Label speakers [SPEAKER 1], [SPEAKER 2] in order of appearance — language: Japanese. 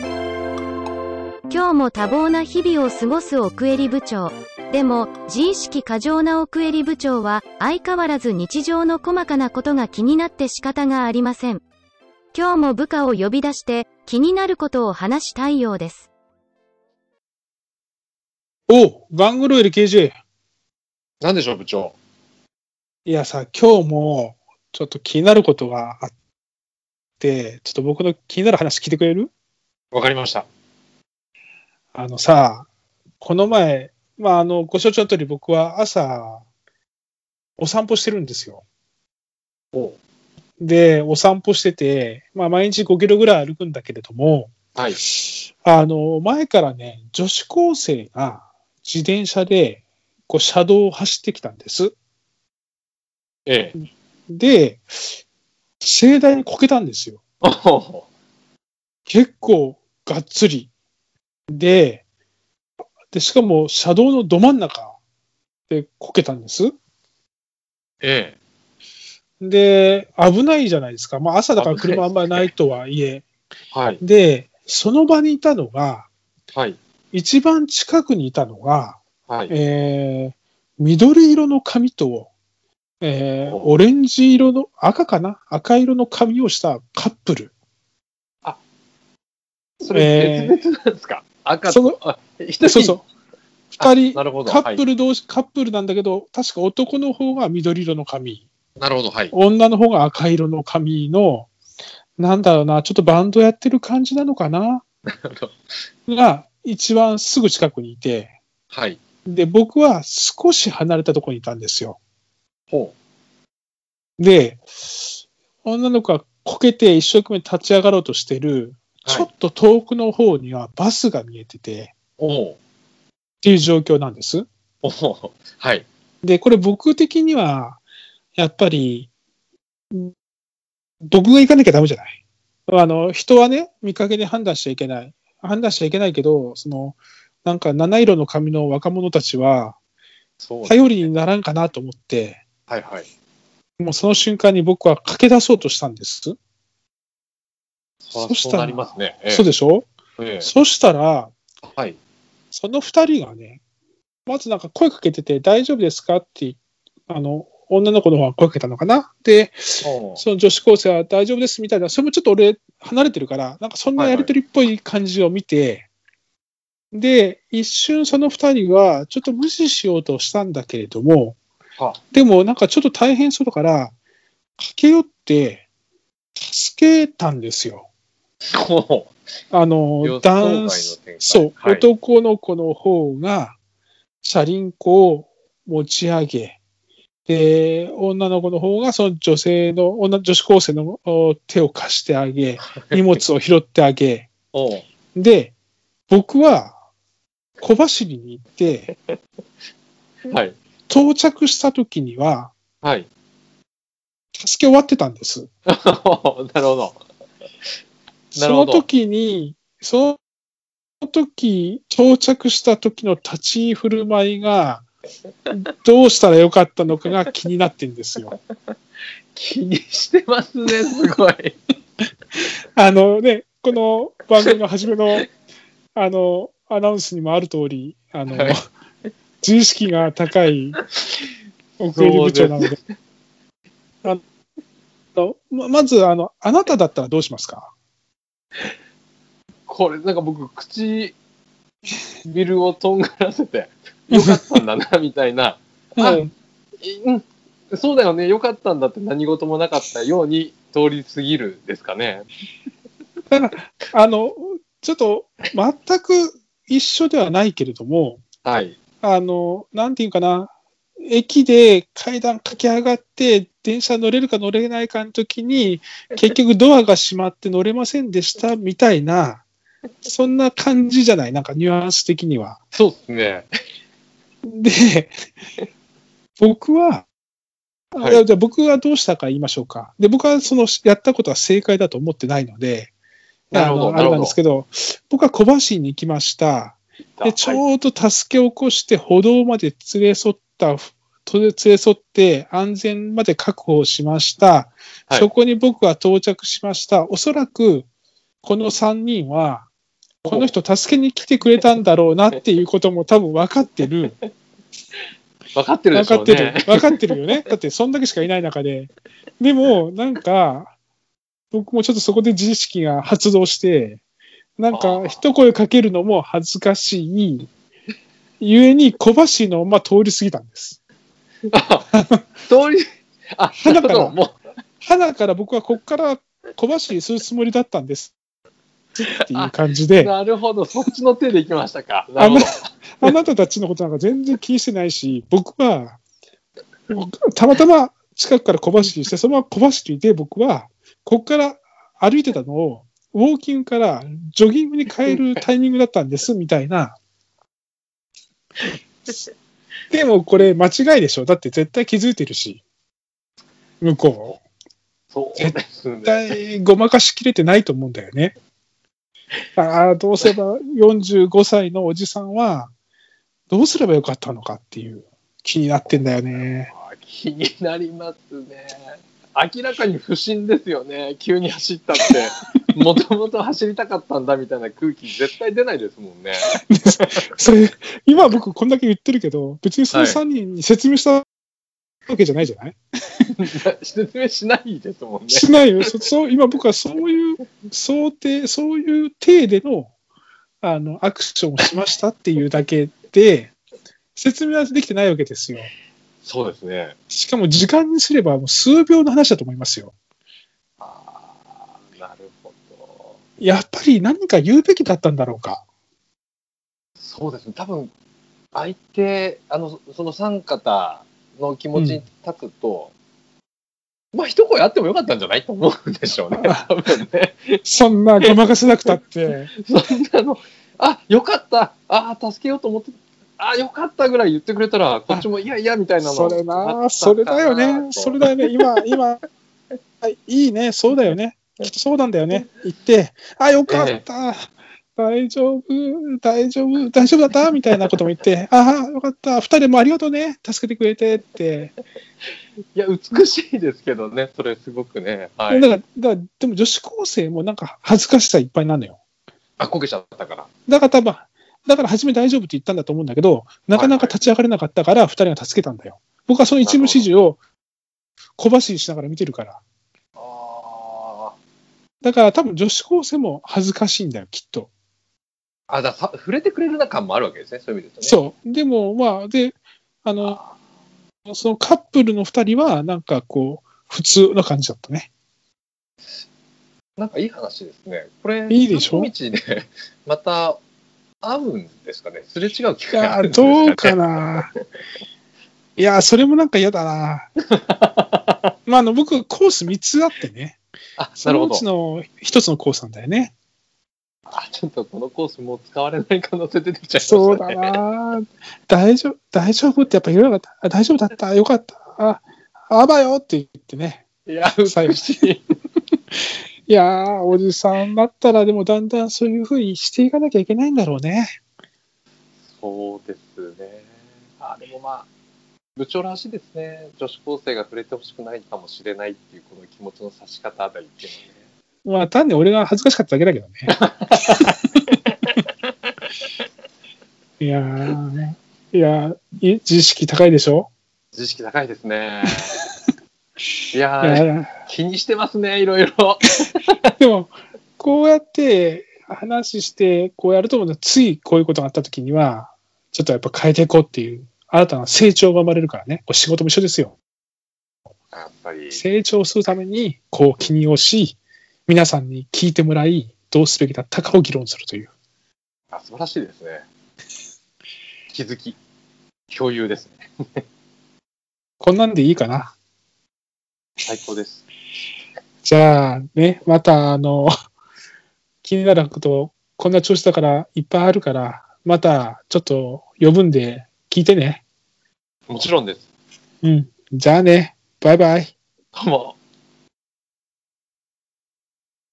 [SPEAKER 1] 今日も多忙な日々を過ごす奥襟部長。でも、自意識過剰な奥襟部長は、相変わらず日常の細かなことが気になって仕方がありません。今日も部下を呼び出して、気になることを話したいようです。
[SPEAKER 2] 오! 망구로일 게이지!
[SPEAKER 3] なんでしょう、部長。
[SPEAKER 2] いやさ、今日も、ちょっと気になることがあって、ちょっと僕の気になる話聞いてくれる
[SPEAKER 3] わかりました。
[SPEAKER 2] あのさ、この前、まあ、あの、ご承知の通り僕は朝、お散歩してるんですよ。
[SPEAKER 3] お
[SPEAKER 2] で、お散歩してて、まあ、毎日5キロぐらい歩くんだけれども、
[SPEAKER 3] はい。
[SPEAKER 2] あの、前からね、女子高生が自転車で、こう、車道を走ってきたんです。
[SPEAKER 3] ええ。
[SPEAKER 2] で、盛大にこけたんですよ。結構がっつり。で、で、しかも車道のど真ん中でこけたんです。
[SPEAKER 3] ええ。
[SPEAKER 2] で、危ないじゃないですか。まあ朝だから車あん
[SPEAKER 3] 危
[SPEAKER 2] ま
[SPEAKER 3] ないですね
[SPEAKER 2] りないとはいえ。
[SPEAKER 3] はい。
[SPEAKER 2] で、その場にいたのが、
[SPEAKER 3] はい。
[SPEAKER 2] 一番近くにいたのが、
[SPEAKER 3] はい。
[SPEAKER 2] えー、緑色の髪と、えー、
[SPEAKER 3] お
[SPEAKER 2] オレンジ色の、赤かな赤色の髪をしたカップル。
[SPEAKER 3] そ
[SPEAKER 2] え
[SPEAKER 3] れ、
[SPEAKER 2] ー
[SPEAKER 3] 別々なんですか、赤
[SPEAKER 2] その
[SPEAKER 3] と、あ、一人
[SPEAKER 2] そう そう。二人、
[SPEAKER 3] なるほど。
[SPEAKER 2] カップ
[SPEAKER 3] ル。
[SPEAKER 2] ル同士、カップルなんだけど、確か男の方が緑色の髪、
[SPEAKER 3] なるほど。はい。
[SPEAKER 2] 女の方が赤色の髪の、なんだろうな、ちょっとバンドやってる感じなのかな
[SPEAKER 3] るほ
[SPEAKER 2] が、一番すぐ近くにいて、
[SPEAKER 3] はい。
[SPEAKER 2] で、僕は少し離れたところにいたんですよ。
[SPEAKER 3] ほ
[SPEAKER 2] で、女の子がこけて一生懸命立ち上がろうとしてる、
[SPEAKER 3] はい
[SPEAKER 2] ちょっと遠くの方にはバスが見えてて、
[SPEAKER 3] う。おう
[SPEAKER 2] っていう状況なんです。
[SPEAKER 3] おうはい。
[SPEAKER 2] で、これ僕的には、やっぱり、ん僕が行かなきゃダメじゃない。あの、人はね、見かけで判断しちゃいけない。判断しちゃいけないけど、その、なんか七色の髪の若者たちは、
[SPEAKER 3] そう。
[SPEAKER 2] 頼りにならんかなと思って、
[SPEAKER 3] はい。はい。
[SPEAKER 2] もうその瞬間に僕は駆け出そうとしたんです。
[SPEAKER 3] そ
[SPEAKER 2] そうした
[SPEAKER 3] そ
[SPEAKER 2] ら
[SPEAKER 3] うなりますね。ええ
[SPEAKER 2] そうでしょ、
[SPEAKER 3] ええ
[SPEAKER 2] そしたら、
[SPEAKER 3] はい。
[SPEAKER 2] その二人がね、まずなんか声かけてて、大丈夫ですかって、あの、女の子の方が声かけたのかなで、
[SPEAKER 3] おう
[SPEAKER 2] その女子高生は大丈夫ですみたいな、それもちょっと俺、離れてるから、なんかそんなやりとりっぽい感じを見て、で、一瞬その二人は、ちょっと無視しようとしたんだけれども、
[SPEAKER 3] は
[SPEAKER 2] でもなんかちょっと大変そうだから、駆け寄って、助けたんですよ。
[SPEAKER 3] おう
[SPEAKER 2] あ
[SPEAKER 3] 予
[SPEAKER 2] の、
[SPEAKER 3] 想外の
[SPEAKER 2] 男
[SPEAKER 3] 展
[SPEAKER 2] 子、
[SPEAKER 3] 開
[SPEAKER 2] そう、
[SPEAKER 3] はい
[SPEAKER 2] 男の子の方が、車輪子を持ち上げ、で、女の子の方が、その女性の、女、女子高生のお手を貸してあ げ、荷物を拾ってあげ、
[SPEAKER 3] おう
[SPEAKER 2] で、僕は小走りに行 って、
[SPEAKER 3] はい。
[SPEAKER 2] 到着した時には、
[SPEAKER 3] はい。
[SPEAKER 2] 助け終わってたんです。
[SPEAKER 3] なるほど。な
[SPEAKER 2] そ
[SPEAKER 3] るほ
[SPEAKER 2] の
[SPEAKER 3] ど
[SPEAKER 2] 時に、その時、到着した時の立ち居振る舞いが、どうしたらよかったのかが気になってんです よ。
[SPEAKER 3] 気にしてますね、すごい。
[SPEAKER 2] あのね、この番組の初めの、あの、アナウンスにもある通り、あの、
[SPEAKER 3] はい
[SPEAKER 2] 自意識が高い奥入部長なので。あのままずあの、あなただったらどうしますか
[SPEAKER 3] これ、なんか僕、口、ビルをとんがらせて、よかったんだな、みたいな。あ
[SPEAKER 2] うん
[SPEAKER 3] うん、そうだよね、よかったんだって何事もなかったように通り過ぎるですかね。
[SPEAKER 2] あの、ちょっと全く一緒ではないけれども、
[SPEAKER 3] はい。
[SPEAKER 2] あの、なんていうかな、駅で階段駆け上がって、電車乗れるか乗れないかの時に、結局ドアが閉まって乗れませんでしたみたいな、そんな感じじゃない、なんかニュアンス的には。
[SPEAKER 3] そうですね。
[SPEAKER 2] で、僕は、
[SPEAKER 3] はい
[SPEAKER 2] いやじゃあ僕はどうしたか言いましょうか。で、僕はそのやったことは正解だと思ってないので、
[SPEAKER 3] なるほど
[SPEAKER 2] あのあれなんですけど、僕は小走りに行きました。で、ちょうど助け起こして歩道まで連れ添った、と連れ添って安全まで確保しました。
[SPEAKER 3] はい
[SPEAKER 2] そこに僕は到着しました。おそらく、この3人は、この人助けに来てくれたんだろうなっていうことも多分分かってる。
[SPEAKER 3] 分かってるで
[SPEAKER 2] 分
[SPEAKER 3] しょ
[SPEAKER 2] か
[SPEAKER 3] う
[SPEAKER 2] ってる
[SPEAKER 3] ね。。
[SPEAKER 2] 分かってるよ ね。だってそんだけしかいない中で。でも、なんか、僕もちょっとそこで自意識が発動して、なん
[SPEAKER 3] あ
[SPEAKER 2] か
[SPEAKER 3] ー
[SPEAKER 2] 一声かけるのも恥ずかしい。ゆえに小橋のまま通り過ぎたんです。
[SPEAKER 3] あ 通り、あ、 なるほど。も
[SPEAKER 2] 花から僕はこっから小橋にするつもりだったんです。っていう感じで
[SPEAKER 3] う、、なるほど。そっちの手で行きましたか。な
[SPEAKER 2] あ
[SPEAKER 3] るほ
[SPEAKER 2] な
[SPEAKER 3] ど。
[SPEAKER 2] あなたたちのことなんか全然気にしてないし、僕は、たまたま近くから小走りして、そのまま小走りで僕は、ここから歩いてたのを、ウォーキングからジョギングに変えるタイミングだったんです、みたいな。でもこれ間違いでしょ。だって絶対気づいてるし。向こう。
[SPEAKER 3] そうですね
[SPEAKER 2] 絶。対ごまかしきれてないと思うんだよね。ああ、どうすれば45歳のおじさんは、どうすればよかったのかっていう気になってんだよね。
[SPEAKER 3] 気になりますね。明らかに不審ですよね。急に走ったって。 もともと走りたかったんだみたいな空気絶対出ないですもんね。
[SPEAKER 2] それ、今僕こんだけ言ってるけど、別にその3人に説明したわけじゃないじゃない、
[SPEAKER 3] 説明しないですもんね。
[SPEAKER 2] しないよ。そ そう、今僕はそういう想定、そういう体での、あの、アクションをしましたっていうだけで、説明はできてないわけですよ。
[SPEAKER 3] そうですね。
[SPEAKER 2] しかも時間にすればもう数秒の話だと思いますよ。
[SPEAKER 3] あーなるほど。
[SPEAKER 2] やっぱり何か言うべきだったんだろうか。
[SPEAKER 3] そうですね。多分、相手、あの、その三方の気持ちに立つと、まあ一声あってもよかったんじゃないと思うんでしょうね。多分ね。
[SPEAKER 2] そんなごまかせなくたって。
[SPEAKER 3] そんなの、あよかった、あ助けようと思って、あよかったぐらい言ってくれたら、こっちもいやいやみたいなの
[SPEAKER 2] それ
[SPEAKER 3] あったか
[SPEAKER 2] な、それだよね。
[SPEAKER 3] と
[SPEAKER 2] それだよね。今、今、はいいいね、そうだよね。きっとそうなんだよね。言って、あ、よかった。大丈夫、大丈夫、大丈夫だったみたいなことも言って、ああ、よかった、二人もありがとうね、助けてくれてって。
[SPEAKER 3] いや、美しいですけどね、それすごくね。は
[SPEAKER 2] だ
[SPEAKER 3] い。
[SPEAKER 2] から、だからでも女子高生もなんか恥ずかしさいっぱいなのよ。
[SPEAKER 3] あ、こけちゃったから。
[SPEAKER 2] だから多分、だから初め大丈夫って言ったんだと思うんだけど、なかなか立ち上がれなかったから、二人が助けたんだよ。僕はその一部始終を小走りしながら見てるから。
[SPEAKER 3] あ
[SPEAKER 2] だから多分女子高生も恥ずかしいんだよ、きっと。
[SPEAKER 3] ーあ、ださ触れてくれるな感もあるわけですね、そういう意味ですね。
[SPEAKER 2] そう。でも、まあ、で、あの、
[SPEAKER 3] あ
[SPEAKER 2] そのカップルの二人は、なんかこう、普通の感じだった ね。
[SPEAKER 3] なんかいい話ですね。これ、
[SPEAKER 2] いいでしょ
[SPEAKER 3] 道で、また会うんですかね、すれ違う機
[SPEAKER 2] い
[SPEAKER 3] 会あ
[SPEAKER 2] や
[SPEAKER 3] る
[SPEAKER 2] ー、
[SPEAKER 3] んですかね。
[SPEAKER 2] どうかな。いやー、それもなんか嫌だな。 まあ、あの、僕、コース三つあってね。
[SPEAKER 3] あ、
[SPEAKER 2] そ
[SPEAKER 3] なる
[SPEAKER 2] の
[SPEAKER 3] ほ
[SPEAKER 2] う
[SPEAKER 3] ど
[SPEAKER 2] ち。の一つのコースなんだよね。
[SPEAKER 3] あ、ちょっとこのコースもう使われない可能性出てきちゃいましたね。
[SPEAKER 2] そうだな。大丈夫、大丈夫ってやっぱ言わなかった。あ大丈夫だった。よかった。あ、あばよって言ってね。
[SPEAKER 3] いや、
[SPEAKER 2] 最後
[SPEAKER 3] 美しい。
[SPEAKER 2] いやー、おじさんだったら、でもだんだんそういうふうにしていかなきゃいけないんだろうね。
[SPEAKER 3] そうですね。あでもまあ、部長らしいですね。女子高生が触れてほしくないかもしれないっていう、この気持ちの差し方あたりっていうのはね。
[SPEAKER 2] まあ、単に俺が恥ずかしかっただけだけどね。いやー、いやー、い自意識高いでしょ
[SPEAKER 3] 自意識高いです ね。い
[SPEAKER 2] い
[SPEAKER 3] やー、
[SPEAKER 2] や
[SPEAKER 3] 気にしてますね、いろいろ。
[SPEAKER 2] ーでも、こうやって話して、こうやると思うんだついこういうことがあった時には、ちょっとやっぱ変えていこうっていう、新たな成長が生まれるからね。これ仕事も一緒ですよ。
[SPEAKER 3] やっぱり、
[SPEAKER 2] 成長するためにこう記入をし皆さんに聞いてもらいどうすべきだったかを議論するという
[SPEAKER 3] あ素晴らしいですね。気づき、共有ですね。
[SPEAKER 2] こんなんでいいかな
[SPEAKER 3] 最高です。
[SPEAKER 2] じゃあねまたあの 気になることこんな調子だからいっぱいあるからまたちょっと呼ぶんで聞いてね
[SPEAKER 3] もちろんです。
[SPEAKER 2] うんじゃあねバイバイ
[SPEAKER 3] どうも。